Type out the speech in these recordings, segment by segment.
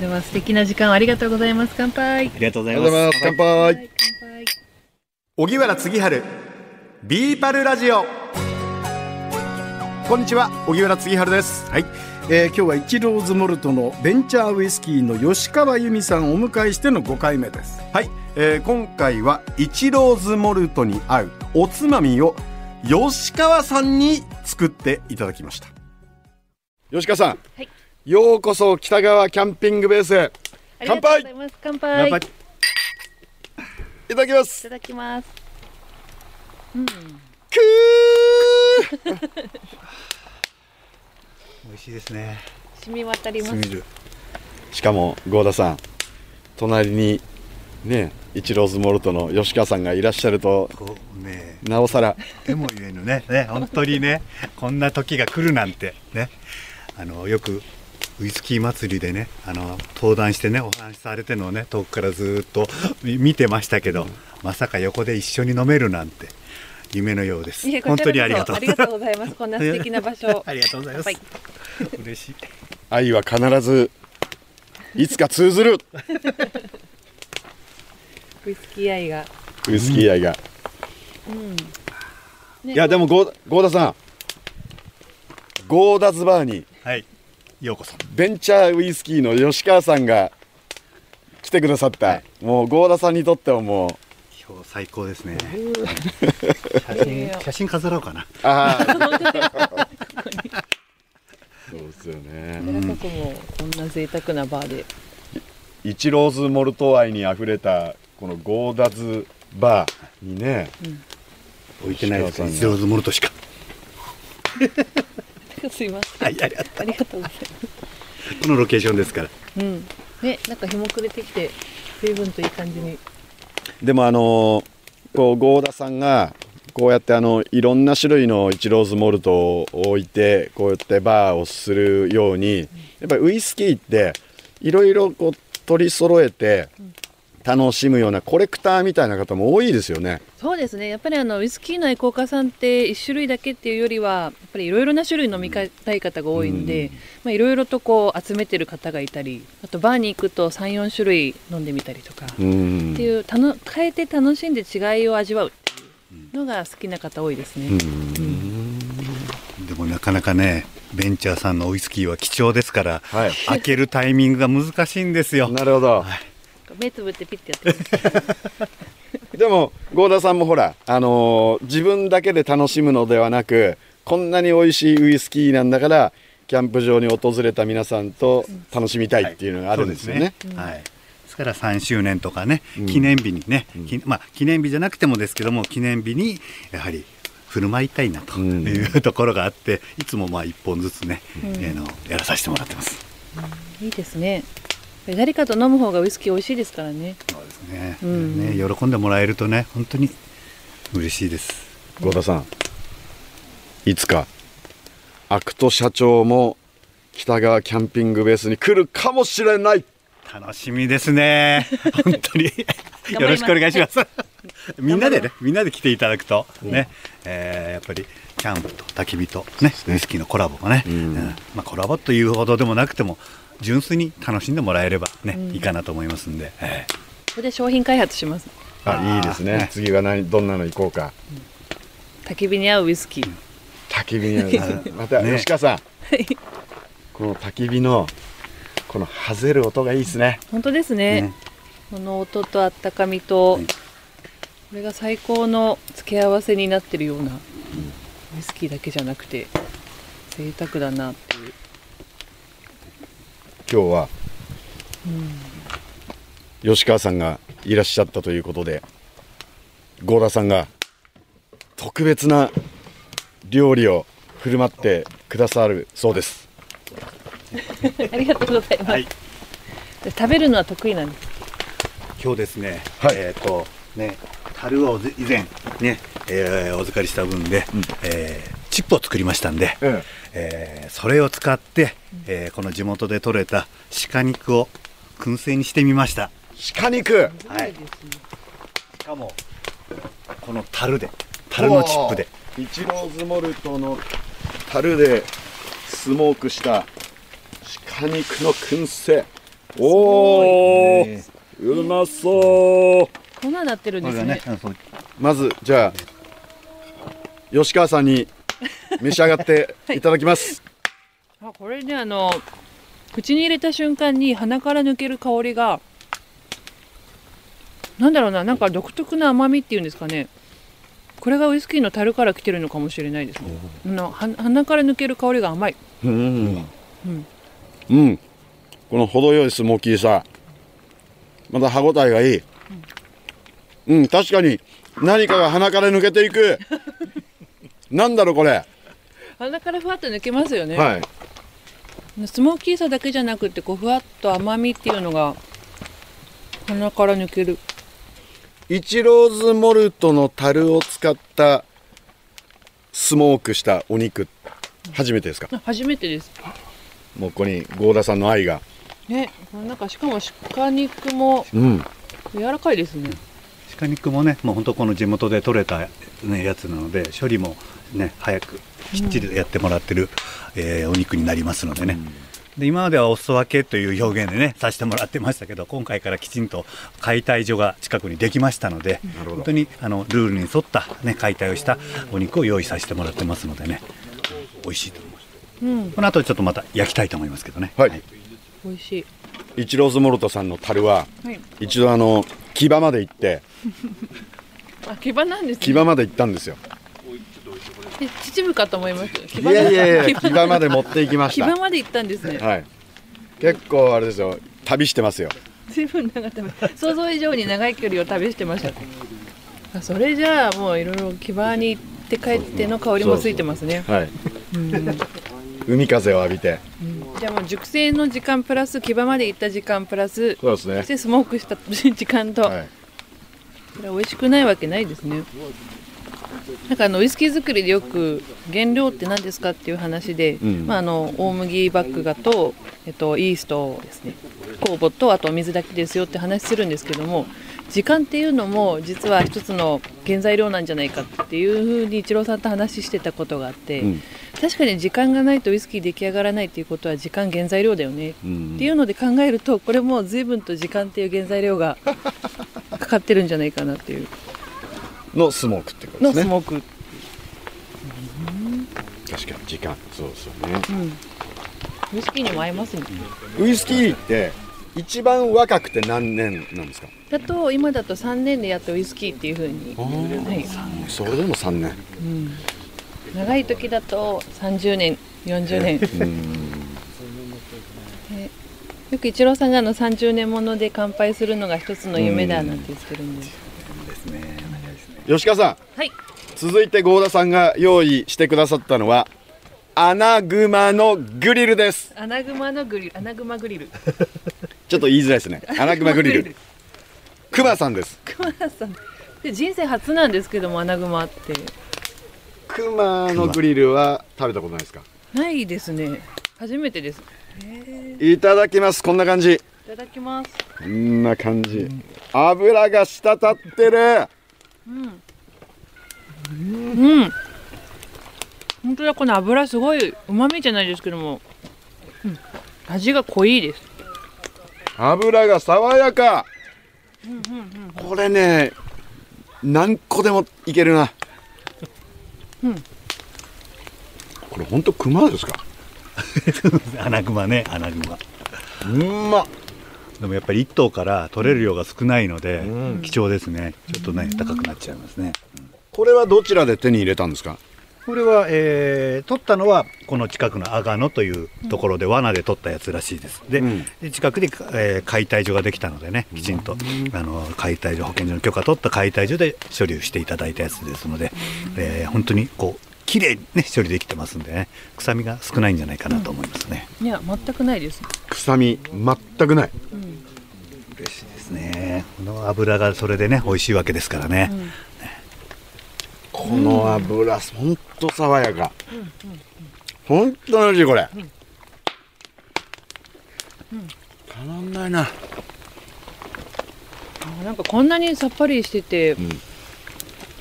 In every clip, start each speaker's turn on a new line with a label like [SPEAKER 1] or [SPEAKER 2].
[SPEAKER 1] では素敵な時間をありがとうございます。乾杯。
[SPEAKER 2] りがとうご
[SPEAKER 3] あ
[SPEAKER 2] ざい
[SPEAKER 3] りがとうござ
[SPEAKER 2] ま
[SPEAKER 3] いますす。。乾杯。
[SPEAKER 1] 乾杯。
[SPEAKER 4] 小木原次春ビーパルラジオこんにちは小木原次春です
[SPEAKER 3] はい、えー今日はイチローズモルトのベンチャーウイスキーの吉川由美さんをお迎えしての5回目です。
[SPEAKER 4] はい、えー今回はイチローズモルトに合うおつまみを吉川さんに作っていただきました
[SPEAKER 3] 吉川さん、
[SPEAKER 1] はい
[SPEAKER 3] ようこそ北川キャンピングベースへ。
[SPEAKER 1] ありがとうございます。乾杯。い
[SPEAKER 3] いただきます。
[SPEAKER 1] ただきます。
[SPEAKER 3] くー。
[SPEAKER 2] 美味しいですね。
[SPEAKER 1] 染み渡ります
[SPEAKER 3] す。ぎる。しかも郷田さん、隣にね、イチローズモルトの吉川さんがいらっしゃると
[SPEAKER 2] こうね、
[SPEAKER 3] なおさら。
[SPEAKER 2] えもゆえのね、ね、本当にね、こんな時が来るなんてね、あのよくウイスキー祭りでね、あの登壇してね、お話しされてるのをね、遠くからずーっとみ見てましたけど、まさか横で一緒に飲めるなんて夢のようです
[SPEAKER 1] いえ。こ
[SPEAKER 2] 本
[SPEAKER 1] ちら
[SPEAKER 2] 当
[SPEAKER 1] こそ
[SPEAKER 2] にありがとう。。
[SPEAKER 1] ありがとうございます。こんな素敵な場所
[SPEAKER 2] ありがとうございます
[SPEAKER 1] はい。
[SPEAKER 2] 嬉しい。
[SPEAKER 3] 愛は必ずいつか通ずる
[SPEAKER 1] ウイスキー愛が。
[SPEAKER 3] ウイスキー愛が、
[SPEAKER 1] ね
[SPEAKER 3] いやでもゴーゴーダさんゴーダズバーに
[SPEAKER 2] はい。ようこそ。
[SPEAKER 3] ベンチャーウイスキーの吉川さんが来てくださった、もうゴーダさんにとってはもう
[SPEAKER 2] 今日最高ですね。写真写真飾ろうかな。
[SPEAKER 3] ああそうですよね
[SPEAKER 1] こちらこそもうこんな贅沢なバーで。
[SPEAKER 3] 一ローズモルト愛にあふれたこのゴーダズバーにね、
[SPEAKER 2] 置いてないですね。
[SPEAKER 3] 吉川さんが
[SPEAKER 2] ゼロズモルトしか。
[SPEAKER 1] すいません。
[SPEAKER 2] はい、ありがと
[SPEAKER 1] ありがとうございます。
[SPEAKER 2] う。このロケーションですから。
[SPEAKER 1] うん。ね、なんか日も暮れてきて、随分といい感じに。
[SPEAKER 3] でもあのこう郷田さんがこうやってあのいろんな種類のイチローズモルトを置いてこうやってバーをするようにやっぱりウイスキーっていろいろこう取り揃えて楽しむようなコレクターみたいな方も多いですよね。
[SPEAKER 1] そうですねやっぱりあのウイスキーの愛好家さんって一種類だけっていうよりはやっぱりいろいろな種類飲みたい方が多いんでまあいろいろとこう集めてる方がいたりあとバーに行くと34種類飲んでみたりとか、
[SPEAKER 3] う
[SPEAKER 1] っ
[SPEAKER 3] ん
[SPEAKER 1] ていうたの変えて楽しんで違いを味わうっていうのが好きな方多いですね。
[SPEAKER 2] でもなかなかね、ベンチャーさんのウイスキーは貴重ですから、
[SPEAKER 3] はい
[SPEAKER 2] 開けるタイミングが難しいんですよ。
[SPEAKER 3] なるほど、
[SPEAKER 1] 目つぶってピッてやって
[SPEAKER 3] でも郷田さんもほら、あのー自分だけで楽しむのではなくこんなに美味しいウイスキーなんだからキャンプ場に訪れた皆さんと楽しみたいっていうのがあるんですよね。
[SPEAKER 2] そうですねはい。ですから3周年とかね、記念日にね、きまあ記念日じゃなくてもですけども、記念日にやはり振る舞いたいなと
[SPEAKER 3] うん
[SPEAKER 2] いうところがあって、いつもまあ1本ずつね、えーのやらさせてもらってます。
[SPEAKER 1] いいですね。誰かと飲む方がウイスキー美味しいですからね。
[SPEAKER 2] そうですね。
[SPEAKER 1] うん
[SPEAKER 2] ね喜んでもらえるとね、本当に嬉しいです。
[SPEAKER 3] 郷田さんいつかアクト社長も北川キャンピングベースに来るかもしれない
[SPEAKER 2] 楽しみですね。本当に。
[SPEAKER 1] ます
[SPEAKER 2] よろしくお願いします。 みんなで
[SPEAKER 1] 頑張り
[SPEAKER 2] ね、みんなで来ていただくと、ね、えーやっぱり、キャンプと焚き火とね、ウイスキーのコラボもね、うんまあコラボというほどでもなくても、純粋に楽しんでもらえればね、いいかなと思いますんで、えー
[SPEAKER 1] これで商品開発します。
[SPEAKER 3] あいいですね
[SPEAKER 2] はい
[SPEAKER 3] 次は何どんなの行こうか
[SPEAKER 1] 焚き火に合うウイスキー。
[SPEAKER 3] 焚き火に合うまた、
[SPEAKER 2] ね
[SPEAKER 3] 吉川さんこの焚き火のこのハゼる音がいいですね
[SPEAKER 1] 本当ですね。
[SPEAKER 2] ね
[SPEAKER 1] この音とあったかみと、
[SPEAKER 2] い
[SPEAKER 1] これが最高の付け合わせになってるような、ウイスキーだけじゃなくて贅沢だなっていう
[SPEAKER 3] 今日は、吉川さんがいらっしゃったということで郷田さんが特別な料理を振る舞ってくださるそうです
[SPEAKER 1] ありがとうございます、
[SPEAKER 2] はい
[SPEAKER 1] 食べるのは得意なんです
[SPEAKER 2] 今日ですね、
[SPEAKER 3] はい
[SPEAKER 2] えっ、とね樽をぜ以前ね、えーお預かりした分で、えーチップを作りましたんで、
[SPEAKER 3] うん
[SPEAKER 2] えーそれを使って、えーこの地元で採れた鹿肉を燻製にしてみました
[SPEAKER 3] 鹿肉
[SPEAKER 2] はい
[SPEAKER 1] すごですね
[SPEAKER 2] しかもこの樽で樽のチップで
[SPEAKER 3] おーイチローズモルトの樽でスモークした鹿肉の燻製おお
[SPEAKER 2] え
[SPEAKER 3] うまそう
[SPEAKER 1] 粉になってるん
[SPEAKER 2] こ
[SPEAKER 1] で
[SPEAKER 2] れ
[SPEAKER 1] すね
[SPEAKER 2] がね、うんそう
[SPEAKER 3] まずじゃあ吉川さんに召し上がっていただきます、
[SPEAKER 1] あこれねあの口に入れた瞬間に鼻から抜ける香りがなんだろうななんか独特な甘みっていうんですかねこれがウイスキーの樽から来てるのかもしれないですねあのは鼻から抜ける香りが甘い
[SPEAKER 3] うんうんこの程よいスモーキーさまた歯ごたえがいいうん確かに何かが鼻から抜けてい くなんだろうこれ
[SPEAKER 1] 鼻からふわっと抜けますよね、
[SPEAKER 3] はい
[SPEAKER 1] スモーキーさだけじゃなくてこうふわっと甘みっていうのが鼻から抜ける
[SPEAKER 3] イチローズモルトの樽を使ったスモークしたお肉初めてですか
[SPEAKER 1] あ初めてです
[SPEAKER 3] もうここに郷田さんの愛が
[SPEAKER 1] ねこのなんかしかも鹿肉も
[SPEAKER 3] うん
[SPEAKER 1] 柔らかいですね
[SPEAKER 2] 鹿肉もねもう本当この地元で取れた、ね、やつなので処理もね早くきっちりやってもらってる、えーお肉になりますのでね、で今まではお裾分けという表現でねさせてもらってましたけど今回からきちんと解体所が近くにできましたので本当にあのルールに沿った、ね、解体をしたお肉を用意させてもらってますのでね美味しいと思います
[SPEAKER 1] うん
[SPEAKER 2] この後ちょっとまた焼きたいと思いますけどね
[SPEAKER 3] はい
[SPEAKER 1] 美味しい
[SPEAKER 3] イチローズモルトさんの樽は
[SPEAKER 1] はい
[SPEAKER 3] 一度あの木場まで行って
[SPEAKER 1] あ牙なんです
[SPEAKER 3] 木
[SPEAKER 1] ね
[SPEAKER 3] 場まで行ったんですよ
[SPEAKER 1] え秩父かと思いました牙
[SPEAKER 3] い
[SPEAKER 1] なん
[SPEAKER 3] やいやいや
[SPEAKER 1] 牙
[SPEAKER 3] 木場まで持って行きまし
[SPEAKER 1] 牙
[SPEAKER 3] た
[SPEAKER 1] まで行ったんですね
[SPEAKER 3] はい結構あれですよ旅してますよ
[SPEAKER 1] 随分長旅想像以上に長い距離を旅してましたあそれじゃあもういろいろ牙に行って帰っての香りもついてますね
[SPEAKER 3] はい
[SPEAKER 1] うん
[SPEAKER 3] 海風を浴びて
[SPEAKER 1] じゃあもう熟成の時間プラス牙まで行った時間プラス
[SPEAKER 3] そうですね
[SPEAKER 1] そしてスモークした時間と、
[SPEAKER 3] はい
[SPEAKER 1] これ美味しくないわけないですねなんかあのウイスキー作りでよく原料って何ですかっていう話で、
[SPEAKER 3] ん
[SPEAKER 1] まあ、あの大麦バッグがと、えっと、イーストですね酵母とあとお水だけですよって話するんですけども時間っていうのも実は一つの原材料なんじゃないかっていうふうにイチローさんと話してたことがあって、
[SPEAKER 3] うん
[SPEAKER 1] 確かに時間がないとウイスキー出来上がらないっていうことは時間原材料だよね
[SPEAKER 3] うん
[SPEAKER 1] っていうので考えるとこれも随分と時間っていう原材料がかかってるんじゃないかなっていう
[SPEAKER 3] のスモークってこと
[SPEAKER 1] の
[SPEAKER 3] で
[SPEAKER 1] ス
[SPEAKER 3] すね
[SPEAKER 1] モーク、
[SPEAKER 3] 確かに時間そうですよね
[SPEAKER 1] うん、ウイスキーにも合いますね
[SPEAKER 3] ウイスキーって一番若くて何年なんですか
[SPEAKER 1] だと今だと3年でやっとウイスキーっていうふうに、は
[SPEAKER 3] それでも3年
[SPEAKER 1] いうん、長い時だと30年40年でよくイチローさんがあの30年もので乾杯するのが一つの夢だなんて言ってるんで、
[SPEAKER 3] 吉川さん
[SPEAKER 1] はい
[SPEAKER 3] 続いて郷田さんが用意してくださったのはアナグマのグリルです
[SPEAKER 1] アナグマのグリルアナグマグリル
[SPEAKER 3] ちょっと言いづらいですねアナグマグリルクマさんです
[SPEAKER 1] 熊田さんで人生初なんですけどもアナグマって
[SPEAKER 3] クマのグリルは食べたことないですか
[SPEAKER 1] ないですね初めてです
[SPEAKER 3] いただきますこんな感じ
[SPEAKER 1] いただきます
[SPEAKER 3] こんな感じ油が滴ってる
[SPEAKER 1] うん本当だこの油すごいうまみじゃないですけども、うん味が濃いです
[SPEAKER 3] 油が爽やかこれね何個でもいけるな
[SPEAKER 1] うん
[SPEAKER 3] これ本当クマですか
[SPEAKER 2] 穴熊ね穴熊
[SPEAKER 3] うんま
[SPEAKER 2] でもやっぱり1頭から取れる量が少ないので、
[SPEAKER 3] うん
[SPEAKER 2] 貴重ですねちょっとね高くなっちゃいますね、
[SPEAKER 3] これはどちらで手に入れたんですか
[SPEAKER 2] これは、えー取ったのはこの近くの阿賀野というところで罠で取ったやつらしいです。で,、
[SPEAKER 3] うん
[SPEAKER 2] で近くに、えー解体所ができたのでねきちんと、あの解体所保健所の許可取った解体所で処理をしていただいたやつですので、えー本当にこう綺麗に、ね、処理できてますんでね臭みが少ないんじゃないかなと思いますね。
[SPEAKER 1] いや全くないです
[SPEAKER 3] 臭み全くない
[SPEAKER 2] 嬉しいですね。この油がそれでね美味しいわけですからね。
[SPEAKER 3] この油本当爽やか本当に美味しいこれたまんないな
[SPEAKER 1] あなんかこんなにさっぱりしてて、
[SPEAKER 3] ん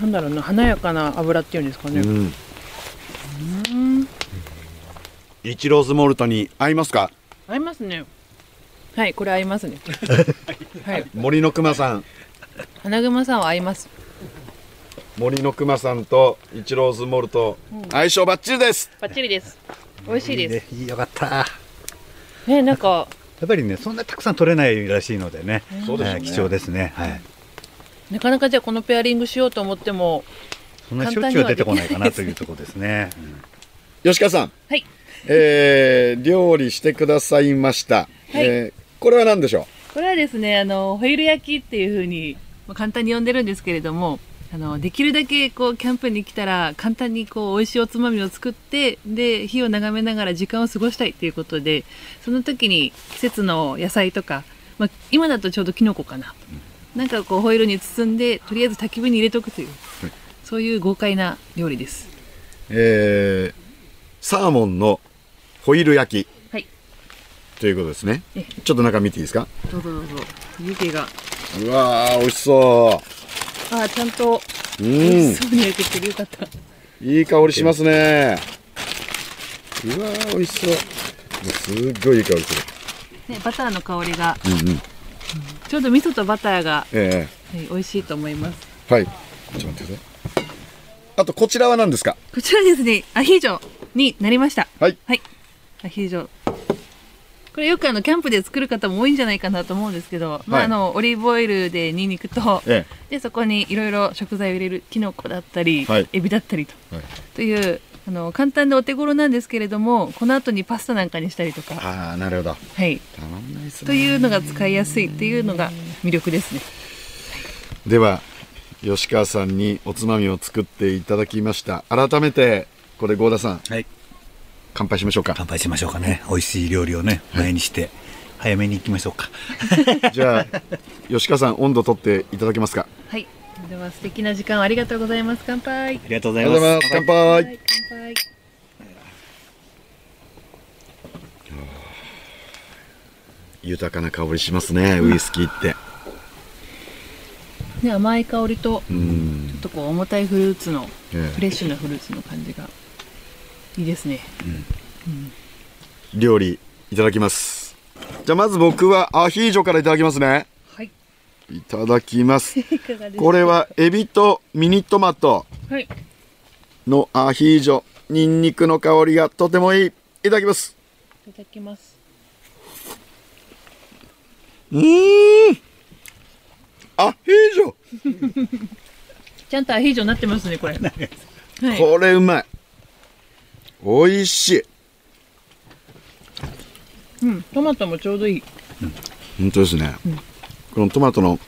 [SPEAKER 1] なんだろうな華やかな油っていうんですかね、
[SPEAKER 3] うんイチローズモルトに合いますか
[SPEAKER 1] 合いますねはいこれ合います ねはい
[SPEAKER 3] 森の熊さん
[SPEAKER 1] 花熊さんは合います
[SPEAKER 3] 森の熊さんとイチローズモルト、相性バッチリです
[SPEAKER 1] バッチリです美味しいです
[SPEAKER 2] す。いいねよかった。や
[SPEAKER 1] ねなんか
[SPEAKER 2] っぱりね、そんなたくさん取れないらしいのでね。
[SPEAKER 3] そうですよ
[SPEAKER 2] は
[SPEAKER 3] ね
[SPEAKER 2] い貴重ですね。はい。
[SPEAKER 1] なかなかじゃあこのペアリングしようと思っても
[SPEAKER 2] そんなしょっちゅうは出てこないかなというところですね。うん
[SPEAKER 3] 吉川さん、
[SPEAKER 1] はい
[SPEAKER 3] えー、料理してくださいました、
[SPEAKER 1] はい
[SPEAKER 3] えーこれは何でしょ
[SPEAKER 1] これはですねあのホイル焼きっていうふうにまあ簡単に呼んでるんですけれどもあのできるだけこうキャンプに来たら簡単にこう美味しいおつまみを作ってで火を眺めながら時間を過ごしたいということでその時に季節の野菜とか、まあ、今だとちょうどキノコかななんかこうホイルに包んでとりあえず焚き火に入れとくという、そういう豪快な料理です。
[SPEAKER 3] う、えー、サーモンのホイル焼き
[SPEAKER 1] はい
[SPEAKER 3] ということですね
[SPEAKER 1] え
[SPEAKER 3] ちょっと中見ていいですか
[SPEAKER 1] どうぞどうぞ湯気が
[SPEAKER 3] うわー美味しそ
[SPEAKER 1] あーちゃんと
[SPEAKER 3] うう
[SPEAKER 1] 美味
[SPEAKER 3] ん
[SPEAKER 1] しそうに焼けてるよかった。
[SPEAKER 3] いい香りしますねうわー美味しそうもうすっごいいい香りする
[SPEAKER 1] ね、バターの香りが、
[SPEAKER 3] うんうん
[SPEAKER 1] ちょうど味噌とバターが、
[SPEAKER 3] え
[SPEAKER 1] はい、美味しいと思います。
[SPEAKER 3] ー、はいちょっと待ってくださいあとこちらは何ですか
[SPEAKER 1] こちらですね、アヒージョになりました。
[SPEAKER 3] はい
[SPEAKER 1] アヒージョ。これよくあのキャンプで作る方も多いんじゃないかなと思うんですけど、まあ
[SPEAKER 3] はい
[SPEAKER 1] あのオリーブオイルでニンニクと、
[SPEAKER 3] え
[SPEAKER 1] でそこにいろいろ食材を入れるキノコだったり、
[SPEAKER 3] はい
[SPEAKER 1] エビだったりと、
[SPEAKER 3] はい
[SPEAKER 1] というあの簡単でお手頃なんですけれども、この後にパスタなんかにしたりとか、
[SPEAKER 3] ああなるほど
[SPEAKER 1] はい、
[SPEAKER 3] たまんないです
[SPEAKER 1] というのが使いやすいっていうのが魅力ですね。
[SPEAKER 3] では吉川さんにおつまみを作っていただきました改めてこれ郷田さん
[SPEAKER 2] はい。
[SPEAKER 3] 乾杯しましょうか
[SPEAKER 2] 乾杯しましょうかね。美味しい料理をね、前にして、早めに行きましょうか。
[SPEAKER 3] じゃあ吉川さん温度取っていただけますか
[SPEAKER 1] はい、では素敵な時間をありがとうございます。乾杯。
[SPEAKER 2] ありがとうご
[SPEAKER 3] あ
[SPEAKER 2] ざ
[SPEAKER 3] り
[SPEAKER 2] い
[SPEAKER 3] が
[SPEAKER 2] ま
[SPEAKER 3] とう
[SPEAKER 2] す。
[SPEAKER 3] ございます乾杯
[SPEAKER 1] はい、乾杯。
[SPEAKER 3] 豊かな香りしますねウイスキーって
[SPEAKER 1] ね、甘い香りと、
[SPEAKER 3] う
[SPEAKER 1] ち
[SPEAKER 3] ん
[SPEAKER 1] ょっとこう重たいフルーツの、フ
[SPEAKER 3] ええ
[SPEAKER 1] レッシュなフルーツの感じが。いいですね。
[SPEAKER 3] 料理いただきますじゃあまず僕はアヒージョからいただきますね
[SPEAKER 1] はい。
[SPEAKER 3] いただきます
[SPEAKER 1] いかがですか。
[SPEAKER 3] これ。はエビとミニトマト
[SPEAKER 1] はい。
[SPEAKER 3] のアヒージョニンニクの香りがとてもいいいただきます
[SPEAKER 1] いただきます。
[SPEAKER 3] うーんアヒージョ
[SPEAKER 1] ちゃんとアヒージョになってますね、これ。はい。
[SPEAKER 3] これうまい美味しい
[SPEAKER 1] うん、トマトもちょうどいい。
[SPEAKER 3] 本当ですね、このトマトのこ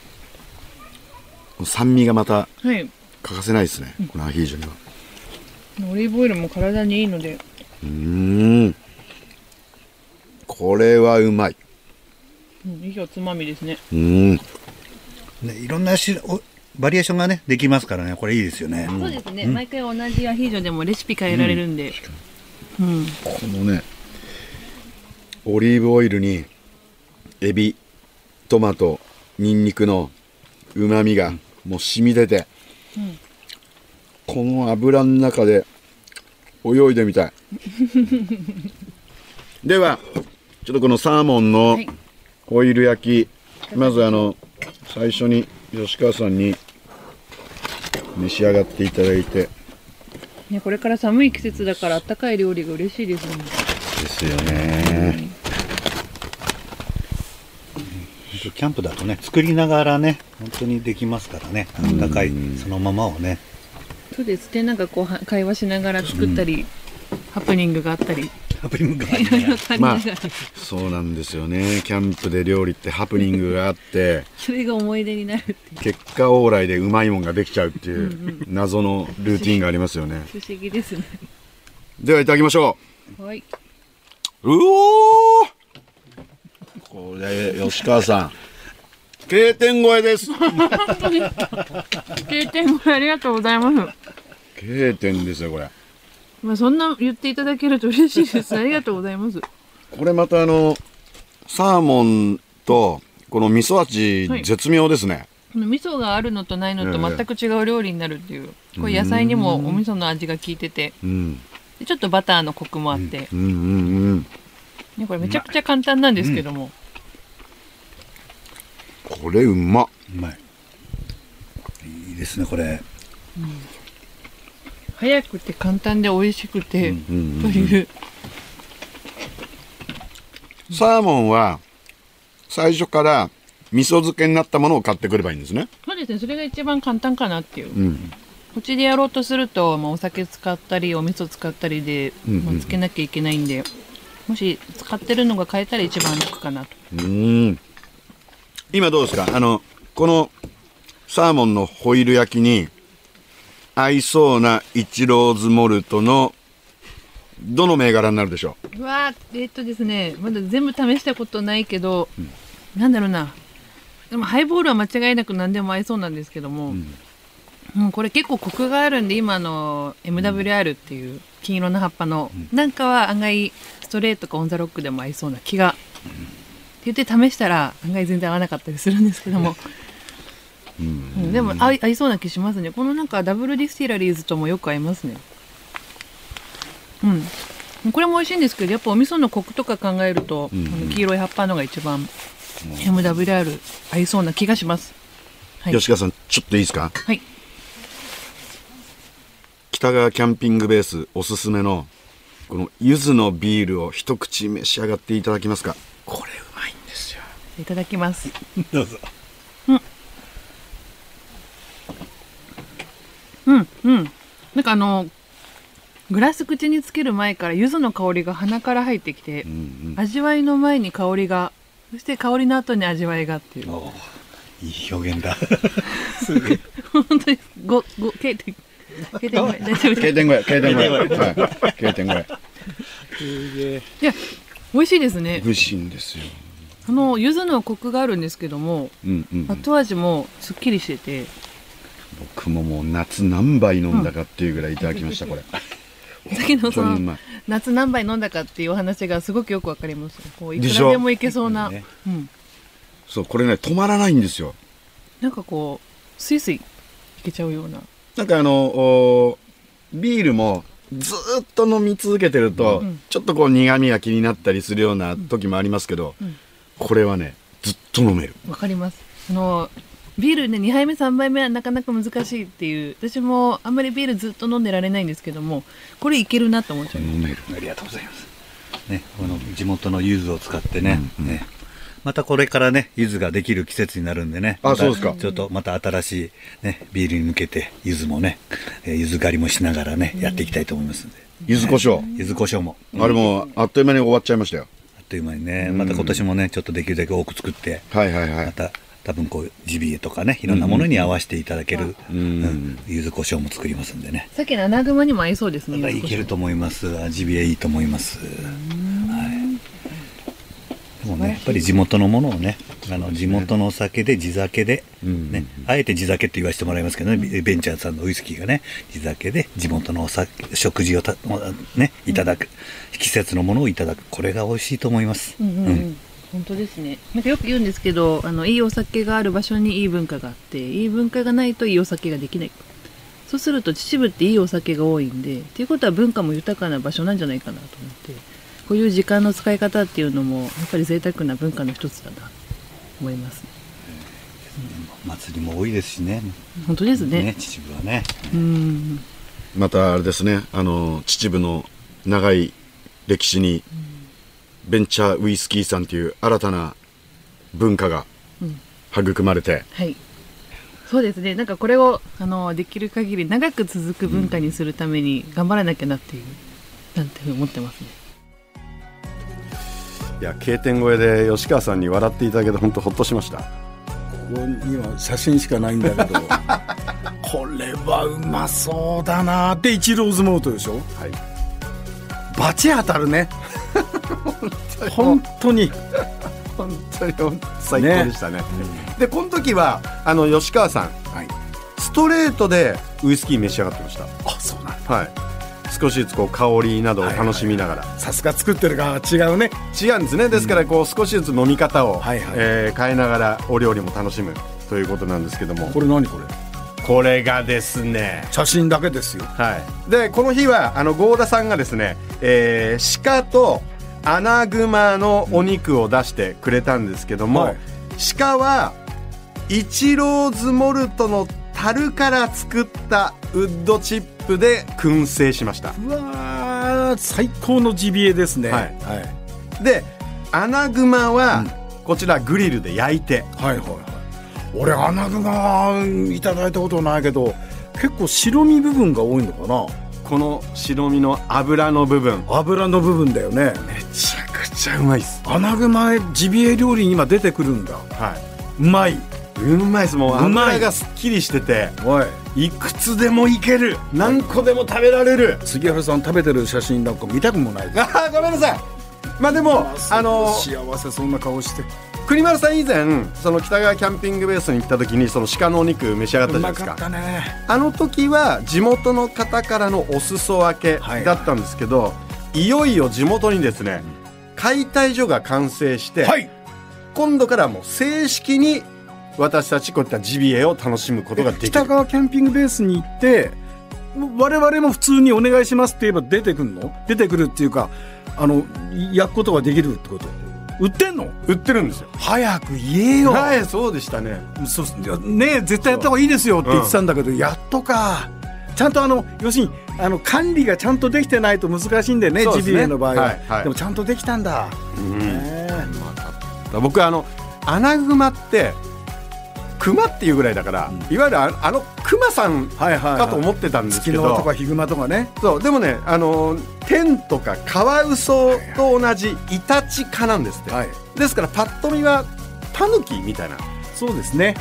[SPEAKER 3] の酸味がまた
[SPEAKER 1] はい。
[SPEAKER 3] 欠かせないですね、このアヒージョには
[SPEAKER 1] オリーブオイルも体にいいので。
[SPEAKER 3] うーんこれはうまい
[SPEAKER 1] うん、いいおつまみですね。
[SPEAKER 3] うーん
[SPEAKER 2] ね、いろんなしおバリエーションがね、できますからね、これいいですよね。
[SPEAKER 1] そうですね。毎回同じアヒージョでもレシピ変えられるんで。うん。
[SPEAKER 3] このねオリーブオイルにエビトマトニンニクのうまみがもう染み出て、
[SPEAKER 1] ん
[SPEAKER 3] この油の中で泳いでみ たいではちょっとこのサーモンの
[SPEAKER 1] はい
[SPEAKER 3] ホイル焼き、まずあの最初に吉川さんに召し上がっていただいて
[SPEAKER 1] ね、これから寒い季節だから、温かい料理が嬉しいですね。
[SPEAKER 3] ですよね
[SPEAKER 2] 本当キャンプだとね、作りながらね、本当にできますからね、あったかいそのままをね。
[SPEAKER 1] そうですね、なんかこうは会話しながら作ったり、ハプニングがあったり、
[SPEAKER 2] ハプニングが
[SPEAKER 1] いろいろ感 じながら、
[SPEAKER 3] そうなんですよねキャンプで料理ってハプニングがあって
[SPEAKER 1] それが思い出になるっていう
[SPEAKER 3] 結果往来でうまいもんができちゃうっていう謎のルーティンがありますよね
[SPEAKER 1] 不思議ですね。
[SPEAKER 3] ではいただきましょ
[SPEAKER 1] はい、
[SPEAKER 3] ううおーこれ吉川さん K 点超え です
[SPEAKER 1] 経験もありがとうございます。
[SPEAKER 3] K 点ですよこれ
[SPEAKER 1] まあそんな言っていただけると嬉しいです。ありがとうございます。
[SPEAKER 3] これまたあのサーモンとこの味噌味、
[SPEAKER 1] はい
[SPEAKER 3] 絶妙ですね
[SPEAKER 1] この味噌があるのとないのと
[SPEAKER 3] ええ
[SPEAKER 1] 全く違う料理になるっていう、こういう野菜にもお味噌の味が効いてて、
[SPEAKER 3] うん
[SPEAKER 1] でちょっとバターのコクもあって、
[SPEAKER 3] うんうんうん
[SPEAKER 1] ね、これめちゃくちゃ簡単なんですけども、
[SPEAKER 3] これうまっ
[SPEAKER 2] うまいいいですねこれ
[SPEAKER 1] 早くて簡単で美味しくて、という
[SPEAKER 3] サーモンは最初から味噌漬けになったものを買ってくればいいんですね
[SPEAKER 1] そうですねそれが一番簡単かなっていう、こっちでやろうとすると、まあ、お酒使ったりお味噌使ったりで、まあ、つけなきゃいけないんでもし使ってるのが変えたら一番楽かなと
[SPEAKER 3] うん今どうですかあのこのサーモンのホイル焼きに合いそうな一ローズモルトのどの銘柄になるでしょう
[SPEAKER 1] うわーえーっとですねまだ全部試したことないけど、なんだろうなでもハイボールは間違いなく何でも合いそうなんですけども、うんこれ結構コクがあるんで今あの MWR っていう金色の葉っぱの、なんかは案外ストレートかオン・ザ・ロックでも合いそうな気が、って言って試したら案外全然合わなかったりするんですけども、うんでも合い合いそうな気しますねこのなんかダブルディスティラリーズともよく合いますねうんこれも美味しいんですけどやっぱお味噌のコクとか考えると、あの黄色い葉っぱのが一番 MWR 合いそうな気がしますはい
[SPEAKER 3] 吉川さんちょっといいですか
[SPEAKER 1] はい
[SPEAKER 3] 北川キャンピングベースおすすめのこの柚子のビールを一口召し上がっていただきますかこれうまいんですよ
[SPEAKER 1] いただきます
[SPEAKER 2] どうぞ
[SPEAKER 1] うんうんなんかあのグラス口につける前から柚子の香りが鼻から入ってきて、味わいの前に香りがそして香りの後に味わいがっていう
[SPEAKER 2] おいい表現だ
[SPEAKER 1] 本当にごご経点経点ぐら い大丈夫です
[SPEAKER 5] 経点500経点500経点500
[SPEAKER 1] いや美味しいですね
[SPEAKER 5] 美味しいんですよ
[SPEAKER 1] あの柚子のコクがあるんですけども
[SPEAKER 5] うんうん
[SPEAKER 1] 後味もすっきりしてて
[SPEAKER 5] 僕ももう夏何杯飲んだかっていうぐらいいただきましたこれ
[SPEAKER 1] 先のそ
[SPEAKER 5] 本当にう
[SPEAKER 1] の
[SPEAKER 5] まい
[SPEAKER 1] 夏何杯飲んだかっていうお話がすごくよくわかりますこういく
[SPEAKER 3] でし
[SPEAKER 1] ら
[SPEAKER 3] ょ
[SPEAKER 1] でもいけそうな、
[SPEAKER 2] ね
[SPEAKER 1] うん、
[SPEAKER 3] そうこれね止まらないんですよ
[SPEAKER 1] なんかこうスイスイいけちゃうような
[SPEAKER 3] なんかあのおビールもずーっと飲み続けてると、
[SPEAKER 1] ん
[SPEAKER 3] ちょっとこう苦味が気になったりするような時もありますけど、
[SPEAKER 1] ん
[SPEAKER 3] これはねずっと飲める
[SPEAKER 1] わかりますあのビールね2杯目3杯目はなかなか難しいっていう私もあんまりビールずっと飲んでられないんですけどもこれいけるなと思っちゃう
[SPEAKER 3] 飲める
[SPEAKER 2] ありがとうございます。ね、この地元の柚子を使ってね、ねまたこれからね、柚子ができる季節になるんでね。
[SPEAKER 3] あ
[SPEAKER 2] また
[SPEAKER 3] そうですか
[SPEAKER 2] ちょっとまた新しいね、ビールに向けて、柚子もね、えー柚子狩りもしながらね、やっていきたいと思いますんで。
[SPEAKER 3] 柚子胡椒、
[SPEAKER 2] 柚子胡椒も、あ
[SPEAKER 3] あれもうあっという間に終わっちゃいましたよ
[SPEAKER 2] っという間にね、また今年もね、ちょっとできるだけ多く作って、
[SPEAKER 3] はいはいは
[SPEAKER 2] ま
[SPEAKER 3] い
[SPEAKER 2] た、多分こう、ジビエとかね、いろんなものに合わせていただける、うんん柚子胡椒も作りますんでね。
[SPEAKER 1] さっきのアナグマにも合いそうです
[SPEAKER 2] ま
[SPEAKER 1] ね
[SPEAKER 2] たいけると思います。あジビエいいと思います。はい。でもね、やっぱり地元のものをね、あの地元のお酒で地酒で、ね、あえて地酒って言わせてもらいますけどね、ベンチャーさんのウイスキーがね、地酒で地元のお酒食事をたねいただく、季節のものをいただく、これが美味しいと思います。
[SPEAKER 1] うんうんうん本当ですねなんかよく言うんですけどあのいいお酒がある場所にいい文化があっていい文化がないといいお酒ができないそうすると秩父っていいお酒が多いんでっていうことは文化も豊かな場所なんじゃないかなと思ってこういう時間の使い方っていうのもやっぱり贅沢な文化の一つだなと思います
[SPEAKER 2] 祭りも多いですしね、
[SPEAKER 1] 本当ですね
[SPEAKER 2] ね秩父はね。
[SPEAKER 1] うん
[SPEAKER 3] またあれですねあの秩父の長い歴史にベンチャーウイスキーさんという新たな文化が育まれて、
[SPEAKER 1] はいそうですねなんかこれをあのできる限り長く続く文化にするために頑張らなきゃなっていう、なんていうふうに思ってますね
[SPEAKER 6] いや経点越えで吉川さんに笑っていただけて本当ほっとしました
[SPEAKER 7] ここには写真しかないんだけど これはうまそうだなで一郎相撲とでしょ
[SPEAKER 6] はい
[SPEAKER 7] バチ当たる ね本当に
[SPEAKER 6] 本当に最高でしたねでこの時はあの吉川さん、ストレートでウイスキー召し上がってました
[SPEAKER 7] あそうなんだ
[SPEAKER 6] はい少しずつこう香りなどを楽しみながら、
[SPEAKER 7] さすが作ってる側は違うね
[SPEAKER 6] 違うんですねですからこう少しずつ飲み方を、
[SPEAKER 7] はいはい
[SPEAKER 6] えー変えながらお料理も楽しむということなんですけども
[SPEAKER 7] これ何これ
[SPEAKER 6] これがですね
[SPEAKER 7] 写真だけですよ
[SPEAKER 6] はい、でこの日はあの郷田さんがですね、えー鹿とアナグマのお肉を出してくれたんですけども、
[SPEAKER 7] はい
[SPEAKER 6] 鹿は
[SPEAKER 3] イチローズモルトの樽から作ったウッドチップで燻製しました
[SPEAKER 6] うわー最高のジビエですね
[SPEAKER 3] はい
[SPEAKER 6] はい
[SPEAKER 3] でアナグマはこちらグリルで焼いて、
[SPEAKER 6] はいはいはい俺アナグマいただいたことないけど結構白身部分が多いのか
[SPEAKER 3] この白身の脂の部分
[SPEAKER 6] な油の部分だよね
[SPEAKER 3] めちゃくちゃうまいっす
[SPEAKER 6] アナグマジビエ料理に今出てくるんだ
[SPEAKER 3] は
[SPEAKER 6] うまい
[SPEAKER 3] いうまいっすもう
[SPEAKER 6] うまい
[SPEAKER 3] 脂がすっきりしてて
[SPEAKER 6] おい
[SPEAKER 3] いくつでもいける何個でも食べられる
[SPEAKER 6] 杉原さん食べてる写真なんか見たくもないです
[SPEAKER 3] あーごめんなさいまあでもあの
[SPEAKER 6] 幸せそうな顔して
[SPEAKER 3] 国丸さん以前その北川キャンピングベースに行った時にその鹿のお肉召し上がったじゃないですか
[SPEAKER 6] ね
[SPEAKER 3] あの時は地元の方からのお裾分
[SPEAKER 6] は
[SPEAKER 3] け
[SPEAKER 6] い
[SPEAKER 3] だったんですけど、いよいよ地元にですね解体所が完成して、
[SPEAKER 6] はい
[SPEAKER 3] 今度からもう正式に私たちこういったジビエを楽しむことができ
[SPEAKER 6] 北
[SPEAKER 3] る
[SPEAKER 6] 川キャンピングベースに行って我々も普通にお願いしますって言えば出てくるの出てくるっていうかあの焼くことができるってこと売ってんの
[SPEAKER 3] 売ってるんですよ
[SPEAKER 6] 早く言えよ、
[SPEAKER 3] はいそうでしたね
[SPEAKER 6] そうっすね絶対やった方がいいですよって言ってたんだけど、やっとかちゃんとあの要するにあの管理がちゃんとできてないと難しいんだよね
[SPEAKER 3] そうで
[SPEAKER 6] ジ
[SPEAKER 3] す
[SPEAKER 6] ビ
[SPEAKER 3] ね
[SPEAKER 6] エの場合は、
[SPEAKER 3] はいはい
[SPEAKER 6] でもちゃんとできたんだ、ねえ
[SPEAKER 3] 僕あのアナグマってクマっていうぐらいだから、いわゆるああのクマさん
[SPEAKER 6] はいはい、はい、
[SPEAKER 3] かと思ってたんです
[SPEAKER 6] 月
[SPEAKER 3] けど、
[SPEAKER 6] のとかヒグマとかね
[SPEAKER 3] そうでもねあの天とかカワウソと同じイタチ科なんですって、
[SPEAKER 6] はい
[SPEAKER 3] ですからパッと見はタヌキみたいな
[SPEAKER 6] そうですね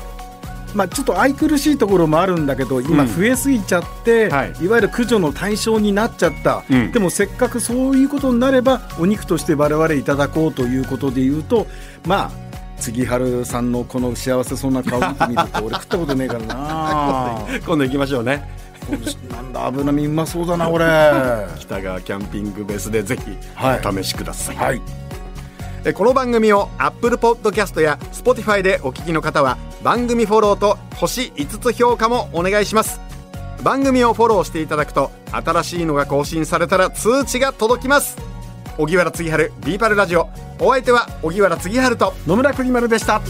[SPEAKER 6] まあちょっと愛くるしいところもあるんだけど今
[SPEAKER 3] うん
[SPEAKER 6] 増えすぎちゃって、
[SPEAKER 3] はい
[SPEAKER 6] い、わゆる駆除の対象になっちゃった、
[SPEAKER 3] うん
[SPEAKER 6] でもせっかくそういうことになればお肉として我々いただこうということで言うとまあ杉春さんのこの幸せそうな顔見てみると俺食ったことねえからな
[SPEAKER 3] 今度行きましょうね
[SPEAKER 6] なんだ脂身うまそうだ な俺は
[SPEAKER 3] 北川キャンピングベースでぜひ
[SPEAKER 6] はい
[SPEAKER 3] お試しください、
[SPEAKER 6] い
[SPEAKER 3] えこの番組を Apple Podcast や Spotify でお聞きの方は番組フォローと星5つ評価もお願いします番組をフォローしていただくと新しいのが更新されたら通知が届きます荻原次春ビーパルラジオお相手は荻原次春と
[SPEAKER 6] 野村国丸でした